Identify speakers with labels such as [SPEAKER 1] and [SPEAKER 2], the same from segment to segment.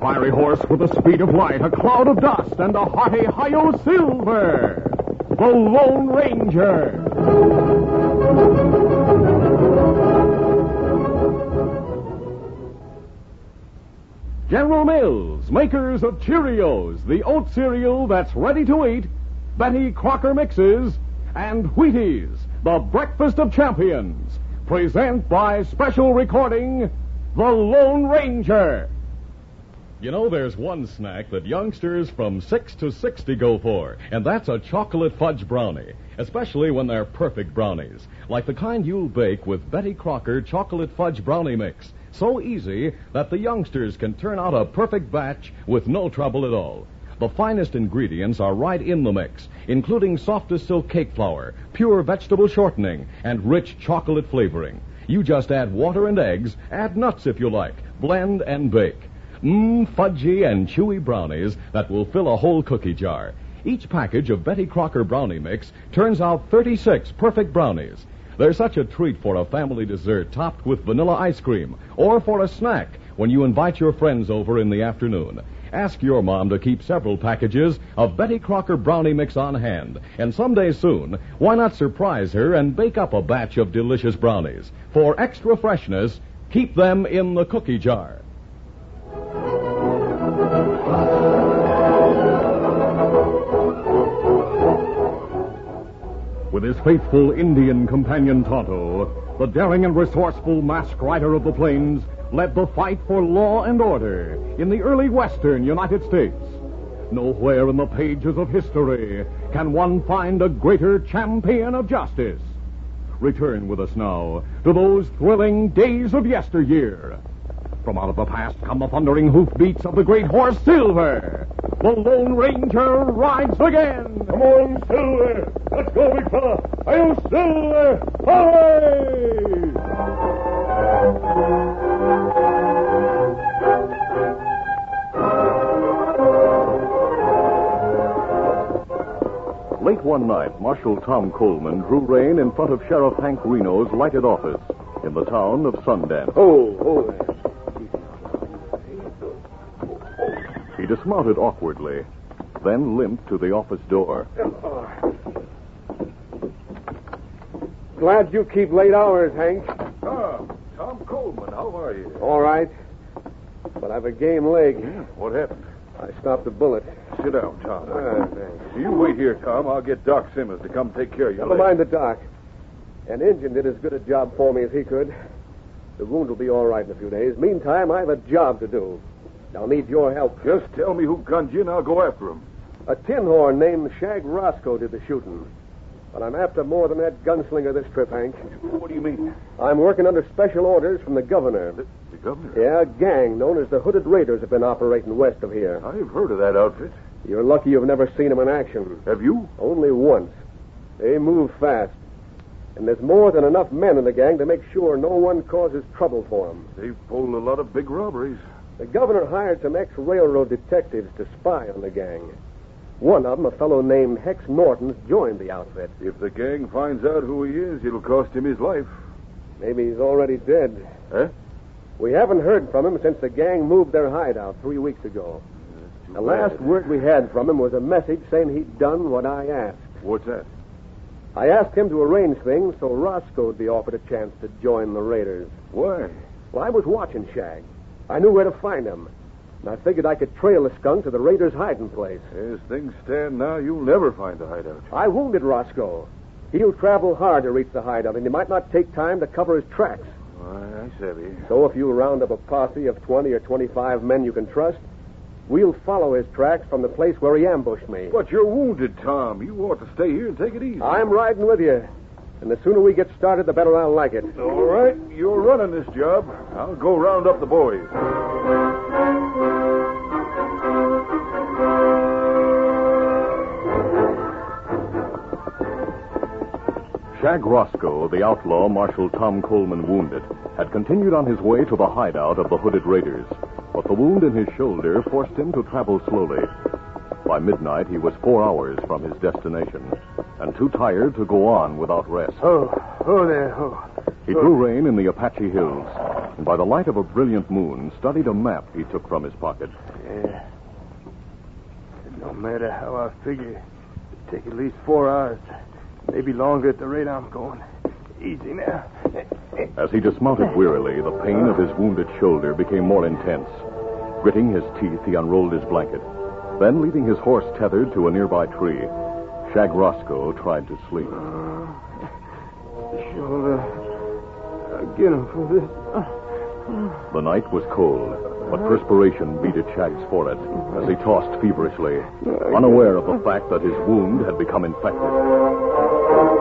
[SPEAKER 1] fiery horse with the speed of light, a cloud of dust, and a hearty Hi-Yo Silver, the Lone Ranger. General Mills, makers of Cheerios, the oat cereal that's ready to eat, Betty Crocker mixes, and Wheaties, the breakfast of champions, present by special recording, The Lone Ranger. You know, there's one snack that youngsters from 6 to 60 go for, and that's a chocolate fudge brownie, especially when they're perfect brownies, like the kind you'll bake with Betty Crocker chocolate fudge brownie mix. So easy that the youngsters can turn out a perfect batch with no trouble at all. The finest ingredients are right in the mix, including softest silk cake flour, pure vegetable shortening, and rich chocolate flavoring. You just add water and eggs, add nuts if you like, blend and bake. Mmm, fudgy and chewy brownies that will fill a whole cookie jar. Each package of Betty Crocker brownie mix turns out 36 perfect brownies. They're such a treat for a family dessert topped with vanilla ice cream or for a snack when you invite your friends over in the afternoon. Ask your mom to keep several packages of Betty Crocker brownie mix on hand, and someday soon, why not surprise her and bake up a batch of delicious brownies? For extra freshness, keep them in the cookie jar. With his faithful Indian companion Tonto, the daring and resourceful masked rider of the plains led the fight for law and order in the early western United States. Nowhere in the pages of history can one find a greater champion of justice. Return with us now to those thrilling days of yesteryear. From out of the past come the thundering hoofbeats of the great horse Silver. The Lone Ranger rides again. Come on, Silver. Let's go, big fella. Are you Silver? Away! Late one night, Marshal Tom Coleman drew rein in front of Sheriff Hank Reno's lighted office in the town of Sundance.
[SPEAKER 2] Oh, oh.
[SPEAKER 1] He dismounted awkwardly, then limped to the office door.
[SPEAKER 2] Glad you keep late hours, Hank.
[SPEAKER 3] Ah, Tom Coleman, how are you?
[SPEAKER 2] All right. But I've a game leg.
[SPEAKER 3] What happened?
[SPEAKER 2] I stopped a bullet.
[SPEAKER 3] Sit down, Tom. Uh,
[SPEAKER 2] Ah, thanks.
[SPEAKER 3] you wait here, Tom. I'll get Doc Simmons to come take care of you.
[SPEAKER 2] Never mind the doc. An engine did as good a job for me as he could. The wound will be all right in a few days. Meantime, I have a job to do. I'll need your help.
[SPEAKER 3] Just tell me who gunned you, and I'll go after him.
[SPEAKER 2] A tin horn named Shag Roscoe did the shooting. But I'm after more than that gunslinger this trip, Hank.
[SPEAKER 3] What do you mean?
[SPEAKER 2] I'm working under special orders from the governor.
[SPEAKER 3] The, the governor?
[SPEAKER 2] Yeah, a gang known as the Hooded Raiders have been operating west of here.
[SPEAKER 3] I've heard of that outfit.
[SPEAKER 2] You're lucky you've never seen them in action.
[SPEAKER 3] Have you?
[SPEAKER 2] Only once. They move fast. And there's more than enough men in the gang to make sure no one causes trouble for them.
[SPEAKER 3] They've pulled a lot of big robberies.
[SPEAKER 2] The governor hired some ex railroad detectives to spy on the gang. One of them, a fellow named Hex Norton, joined the outfit.
[SPEAKER 3] If the gang finds out who he is, it'll cost him his life.
[SPEAKER 2] Maybe he's already dead.
[SPEAKER 3] Huh?
[SPEAKER 2] We haven't heard from him since the gang moved their hideout three weeks ago. The last word we had from him was a message saying he'd done what I asked.
[SPEAKER 3] What's that?
[SPEAKER 2] I asked him to arrange things so Roscoe'd be offered a chance to join the raiders.
[SPEAKER 3] Why?
[SPEAKER 2] Well, I was watching Shag. I knew where to find him. And I figured I could trail the skunk to the raiders' hiding place.
[SPEAKER 3] As things stand now, you'll never find the hideout.
[SPEAKER 2] I wounded Roscoe. He'll travel hard to reach the hideout, and he might not take time to cover his tracks.
[SPEAKER 3] Why, I savvy.
[SPEAKER 2] So if you round up a posse of 20 or 25 men you can trust, we'll follow his tracks from the place where he ambushed me.
[SPEAKER 3] But you're wounded, Tom. You ought to stay here and take it easy.
[SPEAKER 2] I'm riding with you. And the sooner we get started, the better I'll like it.
[SPEAKER 3] All right, you're running this job. I'll go round up the boys.
[SPEAKER 1] Shag Roscoe, the outlaw Marshal Tom Coleman wounded, had continued on his way to the hideout of the hooded raiders, but the wound in his shoulder forced him to travel slowly. By midnight, he was four hours from his destination and too tired to go on without rest.
[SPEAKER 2] Oh, oh there. Oh.
[SPEAKER 1] He drew rein in the Apache Hills, and by the light of a brilliant moon, studied a map he took from his pocket.
[SPEAKER 4] Yeah. No Eh. matter how I figure, it'd take at least four hours, maybe longer at the rate I'm going. Easy now.
[SPEAKER 1] As he dismounted wearily, the pain of his wounded shoulder became more intense. Gritting his teeth, he unrolled his blanket. Then, leaving his horse tethered to a nearby tree, Shag Roscoe tried to sleep.
[SPEAKER 4] Sure, uh, I'll get him for this.
[SPEAKER 1] The night was cold, but perspiration beaded Shag's forehead as he tossed feverishly, unaware of the fact that his wound had become infected.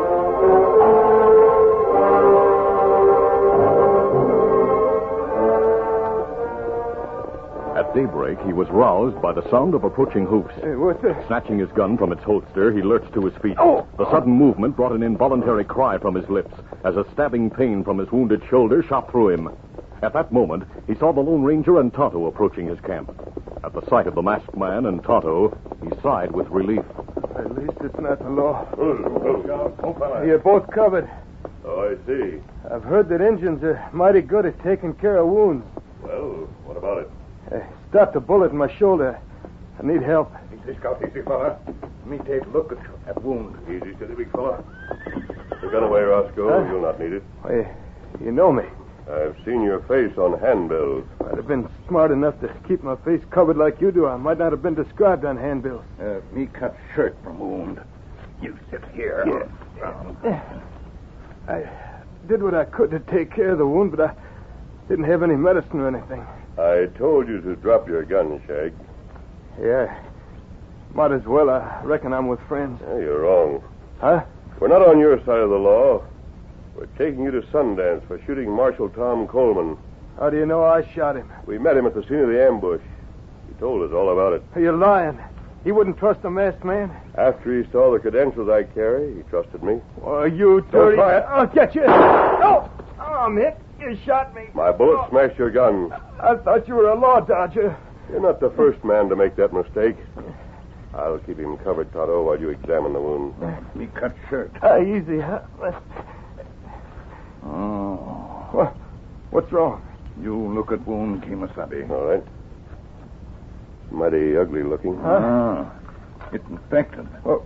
[SPEAKER 1] At daybreak, he was roused by the sound of approaching hoofs.
[SPEAKER 4] Hey, what's this?
[SPEAKER 1] Snatching his gun from its holster, he lurched to his feet.
[SPEAKER 5] Oh.
[SPEAKER 1] The sudden movement brought an involuntary cry from his lips as a stabbing pain from his wounded shoulder shot through him. At that moment, he saw the Lone Ranger and Tonto approaching his camp. At the sight of the masked man and Tonto, he sighed with relief.
[SPEAKER 4] At least it's not the law.
[SPEAKER 3] Oh,
[SPEAKER 4] You're both covered.
[SPEAKER 3] I see.
[SPEAKER 4] I've heard that Indians are mighty good at taking care of wounds.
[SPEAKER 3] Well, what about it?
[SPEAKER 4] I stopped a bullet in my shoulder. I need help.
[SPEAKER 3] Easy, Scout, easy, fella. Me take look at that wound. Easy, silly big fella. The gun away, Roscoe.
[SPEAKER 4] Huh?
[SPEAKER 3] You'll not need it.
[SPEAKER 4] Hey, you know me.
[SPEAKER 3] I've seen your face on handbills.
[SPEAKER 4] If I'd have been smart enough to keep my face covered like you do, I might not have been described on handbills.
[SPEAKER 5] Uh, me cut shirt from wound. You sit here.
[SPEAKER 4] I did what I could to take care of the wound, but I didn't have any medicine or anything.
[SPEAKER 3] I told you to drop your gun, Shag.
[SPEAKER 4] Yeah. Might as well. I reckon I'm with friends.
[SPEAKER 3] Yeah, you're wrong.
[SPEAKER 4] Huh?
[SPEAKER 3] We're not on your side of the law. We're taking you to Sundance for shooting Marshal Tom Coleman.
[SPEAKER 4] How do you know I shot him?
[SPEAKER 3] We met him at the scene of the ambush. He told us all about it.
[SPEAKER 4] Are you lying? He wouldn't trust a masked man?
[SPEAKER 3] After he saw the credentials I carry, he trusted me.
[SPEAKER 4] Why, you dirty... I'll get you. No! Oh, I'm hit. You shot me. Oh,
[SPEAKER 3] My bullet smashed your gun.
[SPEAKER 4] I thought you were a law dodger.
[SPEAKER 3] You're not the first man to make that mistake. I'll keep him covered, Tonto, while you examine the wound.
[SPEAKER 5] Me cut shirt.
[SPEAKER 4] Ah, easy, huh?
[SPEAKER 5] Oh.
[SPEAKER 4] What? What's wrong?
[SPEAKER 5] You look at wound, Kimasabi.
[SPEAKER 3] All right. Mighty ugly looking.
[SPEAKER 5] Ah. It infected.
[SPEAKER 4] Well,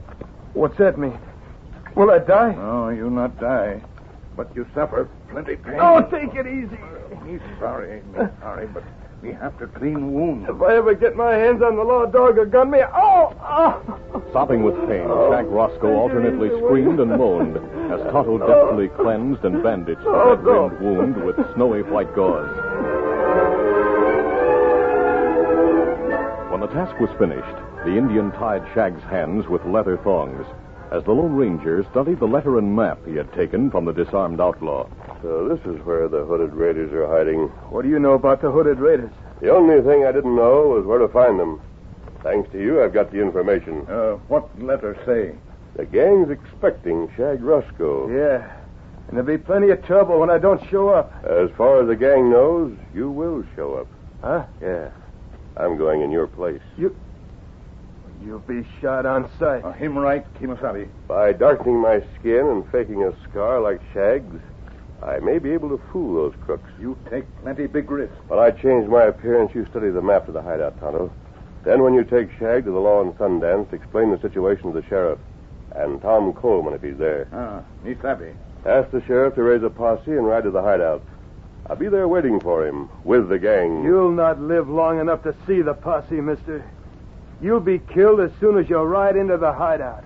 [SPEAKER 4] what's that mean? Will I die?
[SPEAKER 5] No, you not die, but you suffer plenty pain.
[SPEAKER 4] Oh, take it easy.
[SPEAKER 5] Me sorry, me sorry, but we have to clean wound.
[SPEAKER 4] If I ever get my hands on the law dog or gun me, oh, oh.
[SPEAKER 1] Sobbing with pain,
[SPEAKER 3] Oh.
[SPEAKER 1] Shag Roscoe alternately screamed and moaned as
[SPEAKER 3] Oh.
[SPEAKER 1] Tonto deftly cleansed and bandaged the
[SPEAKER 4] Oh,
[SPEAKER 1] red
[SPEAKER 4] no.
[SPEAKER 1] rimmed wound with snowy white gauze. When the task was finished, the Indian tied Shag's hands with leather thongs as the Lone Ranger studied the letter and map he had taken from the disarmed outlaw.
[SPEAKER 3] So this is where the hooded raiders are hiding.
[SPEAKER 4] What do you know about the hooded raiders?
[SPEAKER 3] The only thing I didn't know was where to find them. Thanks to you, I've got the information.
[SPEAKER 5] Uh, what letter say?
[SPEAKER 3] The gang's expecting Shag Roscoe.
[SPEAKER 4] Yeah. And there'll be plenty of trouble when I don't show up.
[SPEAKER 3] As far as the gang knows, you will show up.
[SPEAKER 4] Huh?
[SPEAKER 3] Yeah. I'm going in your place.
[SPEAKER 4] You'll be shot on sight.
[SPEAKER 5] Uh, him right, Kimasabi.
[SPEAKER 3] By darkening my skin and faking a scar like Shag's, I may be able to fool those crooks.
[SPEAKER 5] You take plenty big risk.
[SPEAKER 3] While I change my appearance, you study the map of the hideout, Tonto. Then, when you take Shag to the law in Sundance, explain the situation to the sheriff and Tom Coleman if he's there.
[SPEAKER 5] Ah, me savvy.
[SPEAKER 3] Ask the sheriff to raise a posse and ride to the hideout. I'll be there waiting for him with the gang.
[SPEAKER 4] You'll not live long enough to see the posse, mister. You'll be killed as soon as you ride into the hideout.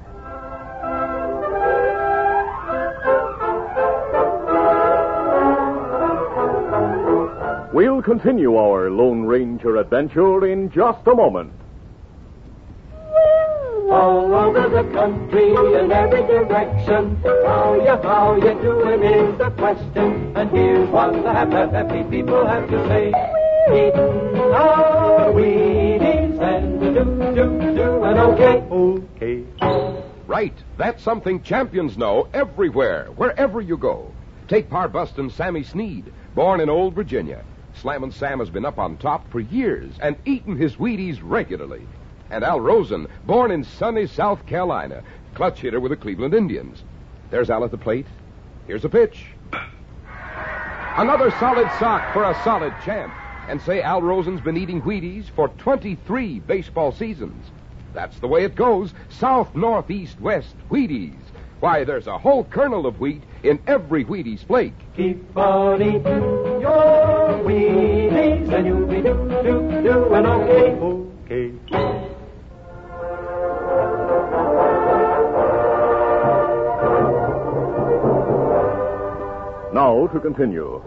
[SPEAKER 1] We'll continue our Lone Ranger adventure in just a moment.
[SPEAKER 6] All over the country in every direction. How you, how you doing is the question. And here's what the happy, happy people have to say. Eating our Wheaties and do, do, do and okay. Okay.
[SPEAKER 7] Right. That's something champions know everywhere, wherever you go. Take Parbuston Sammy Sneed, born in old Virginia. Slammin' Sam has been up on top for years and eating his Wheaties regularly. And Al Rosen, born in sunny South Carolina, clutch hitter with the Cleveland Indians. There's Al at the plate. Here's a pitch. Another solid sock for a solid champ. And say Al Rosen's been eating Wheaties for 23 baseball seasons. That's the way it goes. South, north, east, west, Wheaties. Why, there's a whole kernel of wheat in every Wheaties flake.
[SPEAKER 6] Keep on eating your Wheaties, and you'll be do, do, doing okay. Okay.
[SPEAKER 1] Now to continue.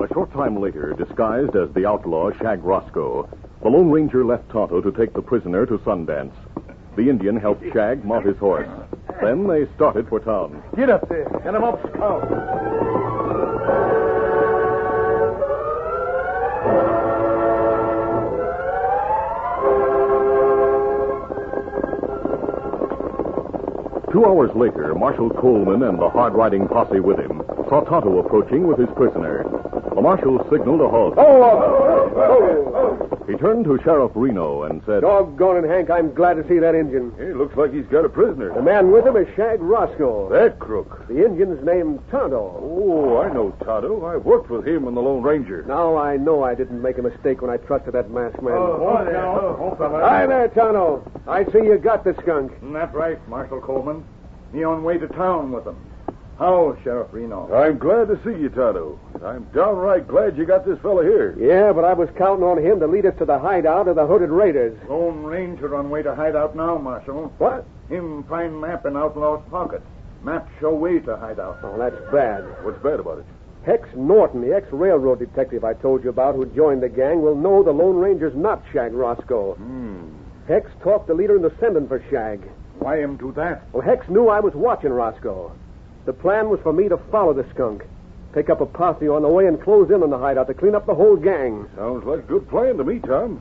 [SPEAKER 1] A short time later, disguised as the outlaw Shag Roscoe, the Lone Ranger left Tonto to take the prisoner to Sundance. The Indian helped Shag mount his horse. Then they started for town.
[SPEAKER 4] Get up there. Get him up, Scout.
[SPEAKER 1] Two hours later, Marshal Coleman and the hard riding posse with him saw Tonto approaching with his prisoner. The marshal signaled a halt.
[SPEAKER 2] Oh!
[SPEAKER 1] He turned to Sheriff Reno and said,
[SPEAKER 2] Doggone it, Hank. I'm glad to see that Indian.
[SPEAKER 3] He looks like he's got a prisoner.
[SPEAKER 2] The man with him is Shag Roscoe.
[SPEAKER 3] That crook.
[SPEAKER 2] The Indian's named Tonto.
[SPEAKER 3] Oh, I know Tonto. I worked with him in the Lone Ranger.
[SPEAKER 2] Now I know I didn't make a mistake when I trusted that masked man.
[SPEAKER 5] Oh, there. Oh,
[SPEAKER 2] Hi there, Tonto. I see you got the skunk.
[SPEAKER 5] That's right, Marshal Coleman. Me on way to town with them. How, Sheriff Reno?
[SPEAKER 3] I'm glad to see you, Tonto. I'm downright glad you got this fella here.
[SPEAKER 2] Yeah, but I was counting on him to lead us to the hideout of the hooded raiders.
[SPEAKER 5] Lone Ranger on way to hideout now, Marshal.
[SPEAKER 2] What?
[SPEAKER 5] Him find map in outlaw's pocket. Map show way to hideout.
[SPEAKER 2] Oh, that's bad.
[SPEAKER 3] What's bad about it?
[SPEAKER 2] Hex Norton, the ex railroad detective I told you about who joined the gang, will know the Lone Ranger's not Shag Roscoe. Hex talked the leader into sending for Shag.
[SPEAKER 5] Why him do that?
[SPEAKER 2] Well, Hex knew I was watching Roscoe. The plan was for me to follow the skunk, pick up a posse on the way, and close in on the hideout to clean up the whole gang.
[SPEAKER 3] Sounds like a good plan to me, Tom.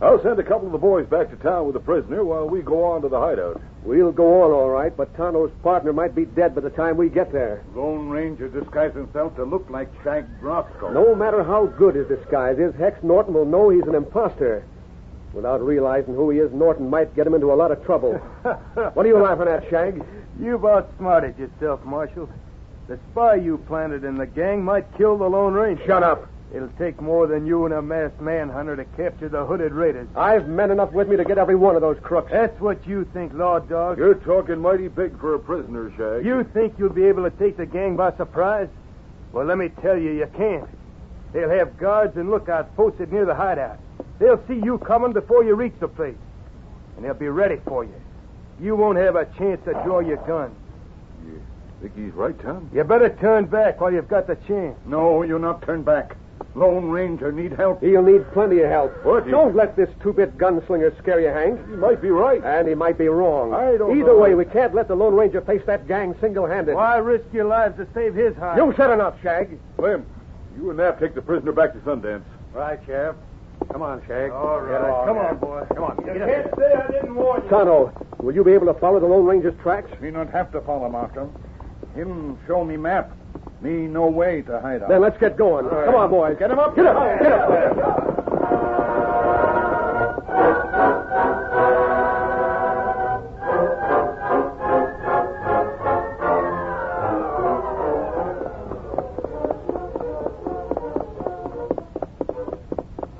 [SPEAKER 3] I'll send a couple of the boys back to town with the prisoner while we go on to the hideout.
[SPEAKER 2] We'll go on all right, but Tonto's partner might be dead by the time we get there.
[SPEAKER 5] Lone Ranger disguised himself to look like Shag Roscoe.
[SPEAKER 2] No matter how good his disguise is, Hex Norton will know he's an imposter. Without realizing who he is, Norton might get him into a lot of trouble. what are you laughing at, Shag?
[SPEAKER 4] You've outsmarted yourself, Marshal. The spy you planted in the gang might kill the Lone Ranger.
[SPEAKER 2] Shut up.
[SPEAKER 4] It'll take more than you and a masked manhunter to capture the hooded raiders.
[SPEAKER 2] I've men enough with me to get every one of those crooks.
[SPEAKER 4] That's what you think, Law Dog.
[SPEAKER 3] You're talking mighty big for a prisoner, Shag.
[SPEAKER 4] You think you'll be able to take the gang by surprise? Well, let me tell you, you can't. They'll have guards and lookouts posted near the hideout. They'll see you coming before you reach the place, and they'll be ready for you. You won't have a chance to draw your gun.
[SPEAKER 3] Think he's right, Tom?
[SPEAKER 4] You better turn back while you've got the chance.
[SPEAKER 5] No, you not turn back. Lone Ranger need help.
[SPEAKER 2] He'll need plenty of help.
[SPEAKER 3] What?
[SPEAKER 2] Don't let this two-bit gunslinger scare you, Hank.
[SPEAKER 3] He might be right.
[SPEAKER 2] And he might be wrong.
[SPEAKER 3] I don't
[SPEAKER 2] Either
[SPEAKER 3] know.
[SPEAKER 2] way, we can't let the Lone Ranger face that gang single-handed.
[SPEAKER 4] Why risk your lives to save his hide?
[SPEAKER 2] You said enough, Shag.
[SPEAKER 3] Clem, you and Nap take the prisoner back to Sundance.
[SPEAKER 4] Right, Sheriff.
[SPEAKER 2] Come on, Shag.
[SPEAKER 4] All right. Come on, boy. Come on. You can't say I didn't warn you.
[SPEAKER 2] Tonto, will you be able to follow the Lone Ranger's tracks?
[SPEAKER 5] Me not have to follow Marshal. Him show me map. Me no way to hideout.
[SPEAKER 2] Then let's get going. Come on, boys. Get him up. Get up. Get up.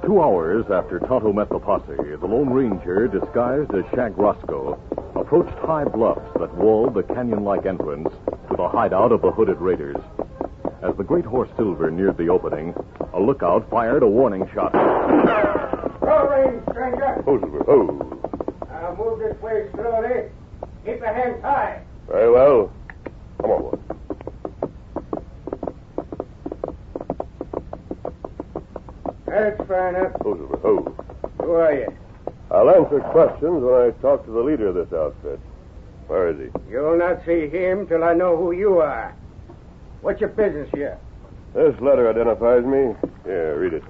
[SPEAKER 1] Two hours after Tonto met the posse, the Lone Ranger, disguised as Shag Roscoe, approached high bluffs that walled the canyon like entrance to the hideout of the hooded raiders. As the great horse Silver neared the opening, a lookout fired a warning shot.
[SPEAKER 4] Rolling, stranger.
[SPEAKER 3] Oh, Silver. Oh.
[SPEAKER 4] Now move this way slowly. Keep your hands high.
[SPEAKER 3] Very well. Come on, boy.
[SPEAKER 4] That's fair enough.
[SPEAKER 3] Oh, Silver. Oh.
[SPEAKER 4] Who are you?
[SPEAKER 3] I'll answer questions when I talk to the leader of this outfit. Where is he?
[SPEAKER 4] You'll not see him till I know who you are. What's your business here?
[SPEAKER 3] This letter identifies me. Here, read it.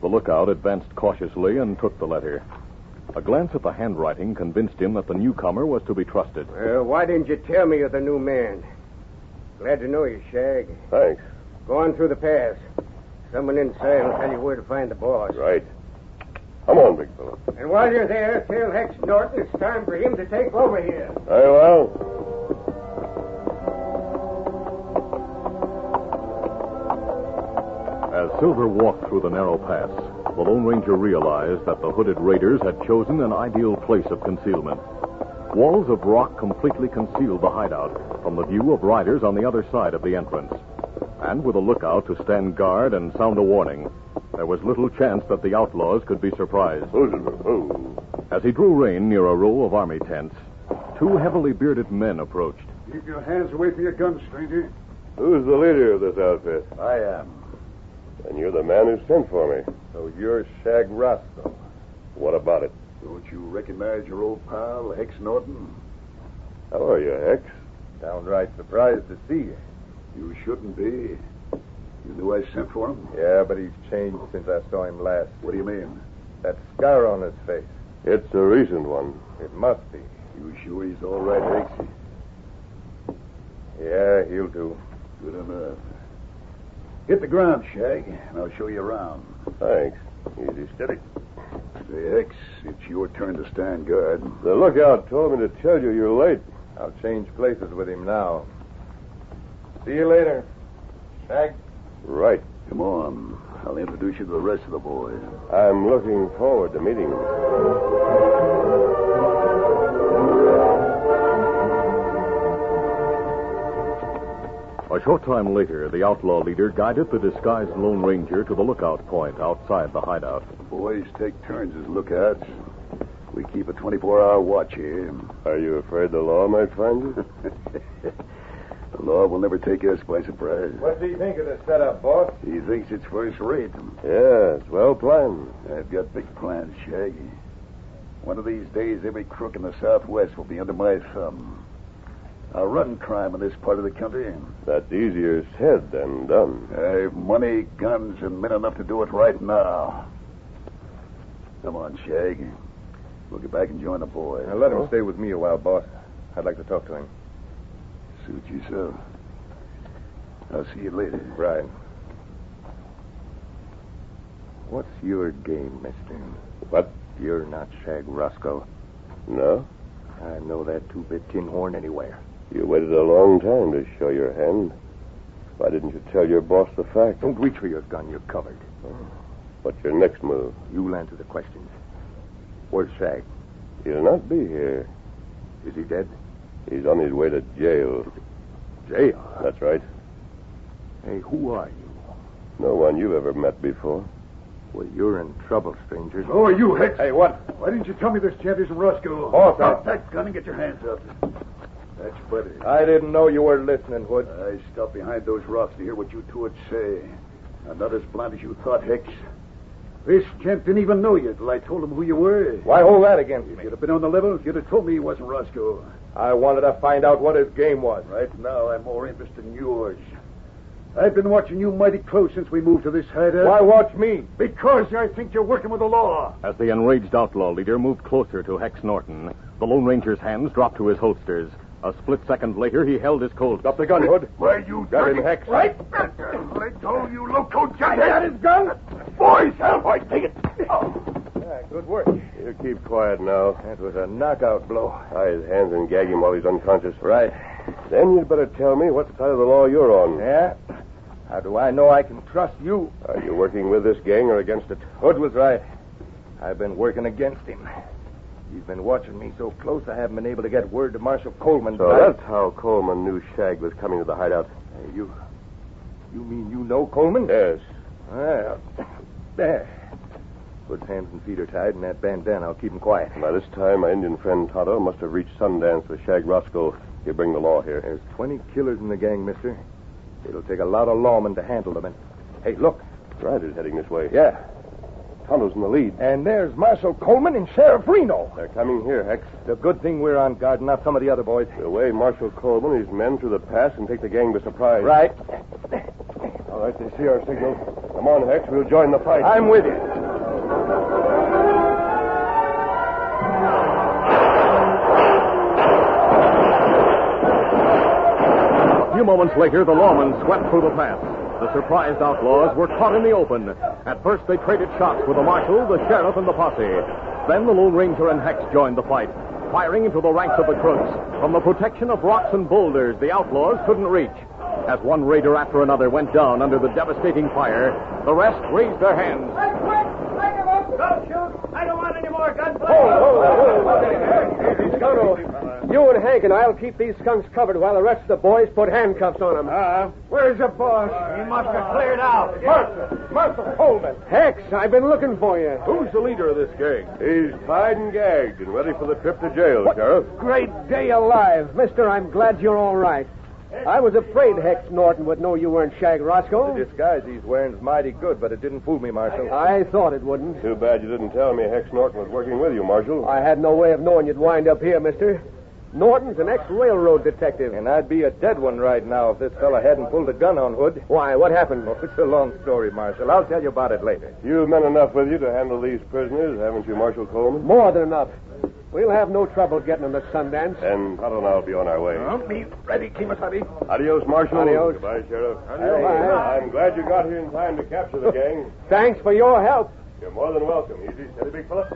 [SPEAKER 1] The lookout advanced cautiously and took the letter. A glance at the handwriting convinced him that the newcomer was to be trusted.
[SPEAKER 4] Well, Uh, why didn't you tell me you're the new man? Glad to know you, Shag.
[SPEAKER 3] Thanks.
[SPEAKER 4] Go on through the pass. Someone inside will tell you where to find the boss.
[SPEAKER 3] Right. Come on, big fellow.
[SPEAKER 4] And while you're there, tell Hex Norton it's time for him to take over here.
[SPEAKER 3] Very well.
[SPEAKER 1] As Silver walked through the narrow pass, the Lone Ranger realized that the hooded raiders had chosen an ideal place of concealment. Walls of rock completely concealed the hideout from the view of riders on the other side of the entrance. And with a lookout to stand guard and sound a warning, there was little chance that the outlaws could be surprised. As he drew rein near a row of army tents, two heavily bearded men approached.
[SPEAKER 5] Keep your hands away from your gun, stranger.
[SPEAKER 3] Who's the leader of this outfit?
[SPEAKER 5] I am.
[SPEAKER 3] And you're the man who sent for me.
[SPEAKER 5] So you're Shag Roscoe.
[SPEAKER 3] What about it?
[SPEAKER 5] Don't you recognize your old pal, Hex Norton?
[SPEAKER 3] How are you, Hex?
[SPEAKER 4] Downright surprised to see you.
[SPEAKER 5] You shouldn't be. You knew I sent for him?
[SPEAKER 4] Yeah, but he's changed since I saw him last.
[SPEAKER 5] What do you mean?
[SPEAKER 4] That scar on his face.
[SPEAKER 3] It's a recent one.
[SPEAKER 4] It must be.
[SPEAKER 5] You sure he's all right, Hex?
[SPEAKER 4] Yeah, he'll do.
[SPEAKER 5] Good enough. Hit the ground, Shag, and I'll show you around.
[SPEAKER 3] Thanks. Easy steady.
[SPEAKER 5] Say, Hex, it's your turn to stand guard.
[SPEAKER 3] The lookout told me to tell you you're late.
[SPEAKER 4] I'll change places with him now. See you later. Shag.
[SPEAKER 3] Right.
[SPEAKER 5] Come on. I'll introduce you to the rest of the boys.
[SPEAKER 3] I'm looking forward to meeting you.
[SPEAKER 1] A short time later, the outlaw leader guided the disguised Lone Ranger to the lookout point outside the hideout.
[SPEAKER 5] Boys take turns as lookouts. We keep a 24 hour watch here.
[SPEAKER 3] Are you afraid the law might find you?
[SPEAKER 5] The law will never take us by surprise.
[SPEAKER 4] What do you think of the setup, boss?
[SPEAKER 5] He thinks it's first rate.
[SPEAKER 3] yes, well planned.
[SPEAKER 5] I've got big plans, Shaggy. One of these days, every crook in the Southwest will be under my thumb. I'll run crime in this part of the country.
[SPEAKER 3] That's easier said than done.
[SPEAKER 5] I've money, guns, and men enough to do it right now. Come on, Shag. We'll get back and join the boys.
[SPEAKER 4] Now, let him stay with me a while, boss. I'd like to talk to him.
[SPEAKER 5] Suit yourself. I'll see you later.
[SPEAKER 4] Right. What's your game, mister?
[SPEAKER 3] What?
[SPEAKER 4] You're not Shag Roscoe.
[SPEAKER 3] No?
[SPEAKER 4] I know that two-bit tin horn anywhere.
[SPEAKER 3] You waited a long time to show your hand. Why didn't you tell your boss the fact?
[SPEAKER 4] Don't reach for your gun. You're covered.
[SPEAKER 3] What's your next move?
[SPEAKER 4] You'll answer the questions. Where's Shag?
[SPEAKER 3] He'll not be here.
[SPEAKER 4] Is he dead?
[SPEAKER 3] He's on his way to jail.
[SPEAKER 4] Jail.
[SPEAKER 3] That's right.
[SPEAKER 4] Hey, who are you?
[SPEAKER 3] No one you've ever met before.
[SPEAKER 4] Well, you're in trouble, stranger.
[SPEAKER 5] Who Oh, are you, Hicks?
[SPEAKER 4] Hey, what?
[SPEAKER 5] Why didn't you tell me this champions from Roscoe?
[SPEAKER 4] Boss, I-
[SPEAKER 5] Drop that gun and get your hands up. That's better.
[SPEAKER 4] I didn't know you were listening, Hood.
[SPEAKER 5] I stopped behind those rocks to hear what you two would say. I'm not as blind as you thought, Hicks. This gent didn't even know you till I told him who you were.
[SPEAKER 4] Why hold that against
[SPEAKER 5] If
[SPEAKER 4] me?
[SPEAKER 5] you'd have been on the level, you'd have told me he wasn't Roscoe.
[SPEAKER 4] I wanted to find out what his game was.
[SPEAKER 5] Right now, I'm more interested in yours. I've been watching you mighty close since we moved to this hideout.
[SPEAKER 4] Why watch me?
[SPEAKER 5] Because I think you're working with the law.
[SPEAKER 1] As the enraged outlaw leader moved closer to Hex Norton, the Lone Ranger's hands dropped to his holsters. A split second later, he held his Colt.
[SPEAKER 4] Drop the gun, Hood.
[SPEAKER 5] Why, you
[SPEAKER 4] Grab him, Hex.
[SPEAKER 5] Right? Let go, you loco giant. Got his gun? Boys, help, I take it.
[SPEAKER 4] Oh. Yeah, good work.
[SPEAKER 3] You keep quiet now.
[SPEAKER 4] That was a knockout blow.
[SPEAKER 3] Tie his hands and gag him while he's unconscious.
[SPEAKER 4] Right.
[SPEAKER 3] Then you'd better tell me what side of the law you're on.
[SPEAKER 4] Yeah? How do I know I can trust you?
[SPEAKER 3] Are you working with this gang or against it?
[SPEAKER 4] Hood was right. I've been working against him. He's been watching me so close I haven't been able to get word to Marshal Coleman.
[SPEAKER 3] So
[SPEAKER 4] but I-
[SPEAKER 3] that's how Coleman knew Shag was coming to the hideout.
[SPEAKER 4] Hey, you. You mean you know Coleman?
[SPEAKER 3] Yes.
[SPEAKER 4] Well, there. Hood's hands and feet are tied, and that bandana will keep him quiet.
[SPEAKER 3] By this time, my Indian friend Tonto must have reached Sundance with Shag Roscoe. You bring the law here.
[SPEAKER 4] There's 20 killers in the gang, mister. It'll take a lot of lawmen to handle them. And, hey, look.
[SPEAKER 3] Ryder's heading this way.
[SPEAKER 4] Yeah.
[SPEAKER 3] Tonto's in the lead.
[SPEAKER 4] And there's Marshal Coleman and Sheriff Reno.
[SPEAKER 3] They're coming here, Hex.
[SPEAKER 4] The good thing we're on guard, not some of the other boys.
[SPEAKER 3] We'll way Marshal Coleman and his men through the pass and take the gang by surprise.
[SPEAKER 4] Right.
[SPEAKER 3] All right, they see our signal. Come on, Hex. We'll join the fight.
[SPEAKER 4] I'm with you.
[SPEAKER 1] A few moments later, the lawmen swept through the pass. The surprised outlaws were caught in the open. At first, they traded shots with the marshal, the sheriff, and the posse. Then the Lone Ranger and Hex joined the fight, firing into the ranks of the crooks. From the protection of rocks and boulders the outlaws couldn't reach. As one raider after another went down under the devastating fire, the rest raised their hands.
[SPEAKER 2] You and Hank and I'll keep these skunks covered while the rest of the boys put handcuffs on them.
[SPEAKER 5] Uh-huh.
[SPEAKER 4] Where's your boss? He must have cleared out. Mercer! Mercer, hold it!
[SPEAKER 2] Hex, I've been looking for you.
[SPEAKER 3] Who's the leader of this gang? He's tied and gagged and ready for the trip to jail, Sheriff.
[SPEAKER 2] Great day alive. Mister, I'm glad you're all right. I was afraid Hex Norton would know you weren't Shag Roscoe.
[SPEAKER 4] disguise he's wearing's mighty good, but it didn't fool me, Marshal.
[SPEAKER 2] I thought it wouldn't.
[SPEAKER 3] Too bad you didn't tell me Hex Norton was working with you, Marshal.
[SPEAKER 2] I had no way of knowing you'd wind up here, mister. Norton's an ex-railroad detective.
[SPEAKER 4] And I'd be a dead one right now if this fella hadn't pulled a gun on Hood.
[SPEAKER 2] Why, what happened?
[SPEAKER 4] Oh, it's a long story, Marshal. I'll tell you about it later.
[SPEAKER 3] You've men enough with you to handle these prisoners, haven't you, Marshal Coleman?
[SPEAKER 2] More than enough. We'll have no trouble getting them to Sundance.
[SPEAKER 3] Then Tonto and I'll be on our way.
[SPEAKER 5] Be ready, Kimasabi.
[SPEAKER 3] Adios, Marshal.
[SPEAKER 2] Adios.
[SPEAKER 3] Goodbye, Sheriff.
[SPEAKER 2] Bye.
[SPEAKER 3] I'm glad you got here in time to capture the gang.
[SPEAKER 2] Thanks for your help.
[SPEAKER 3] You're more than welcome. Easy, steady, big fella.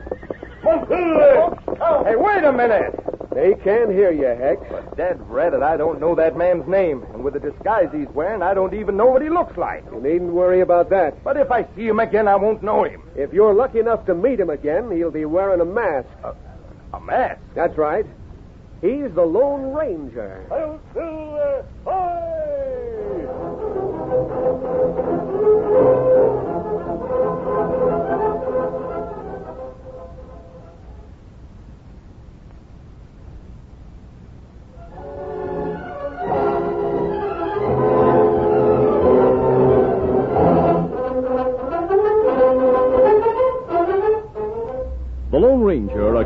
[SPEAKER 3] One, two, three.
[SPEAKER 4] Hey, wait a minute!
[SPEAKER 2] They can't hear you, Hex.
[SPEAKER 4] Dead red, and I don't know that man's name. And with the disguise he's wearing, I don't even know what he looks like.
[SPEAKER 2] You needn't worry about that.
[SPEAKER 4] But if I see him again, I won't know him.
[SPEAKER 2] If you're lucky enough to meet him again, he'll be wearing a mask.
[SPEAKER 4] A mask.
[SPEAKER 2] That's right. He's the Lone Ranger.
[SPEAKER 3] One, two, uh, hoy!
[SPEAKER 1] The Lone Ranger, a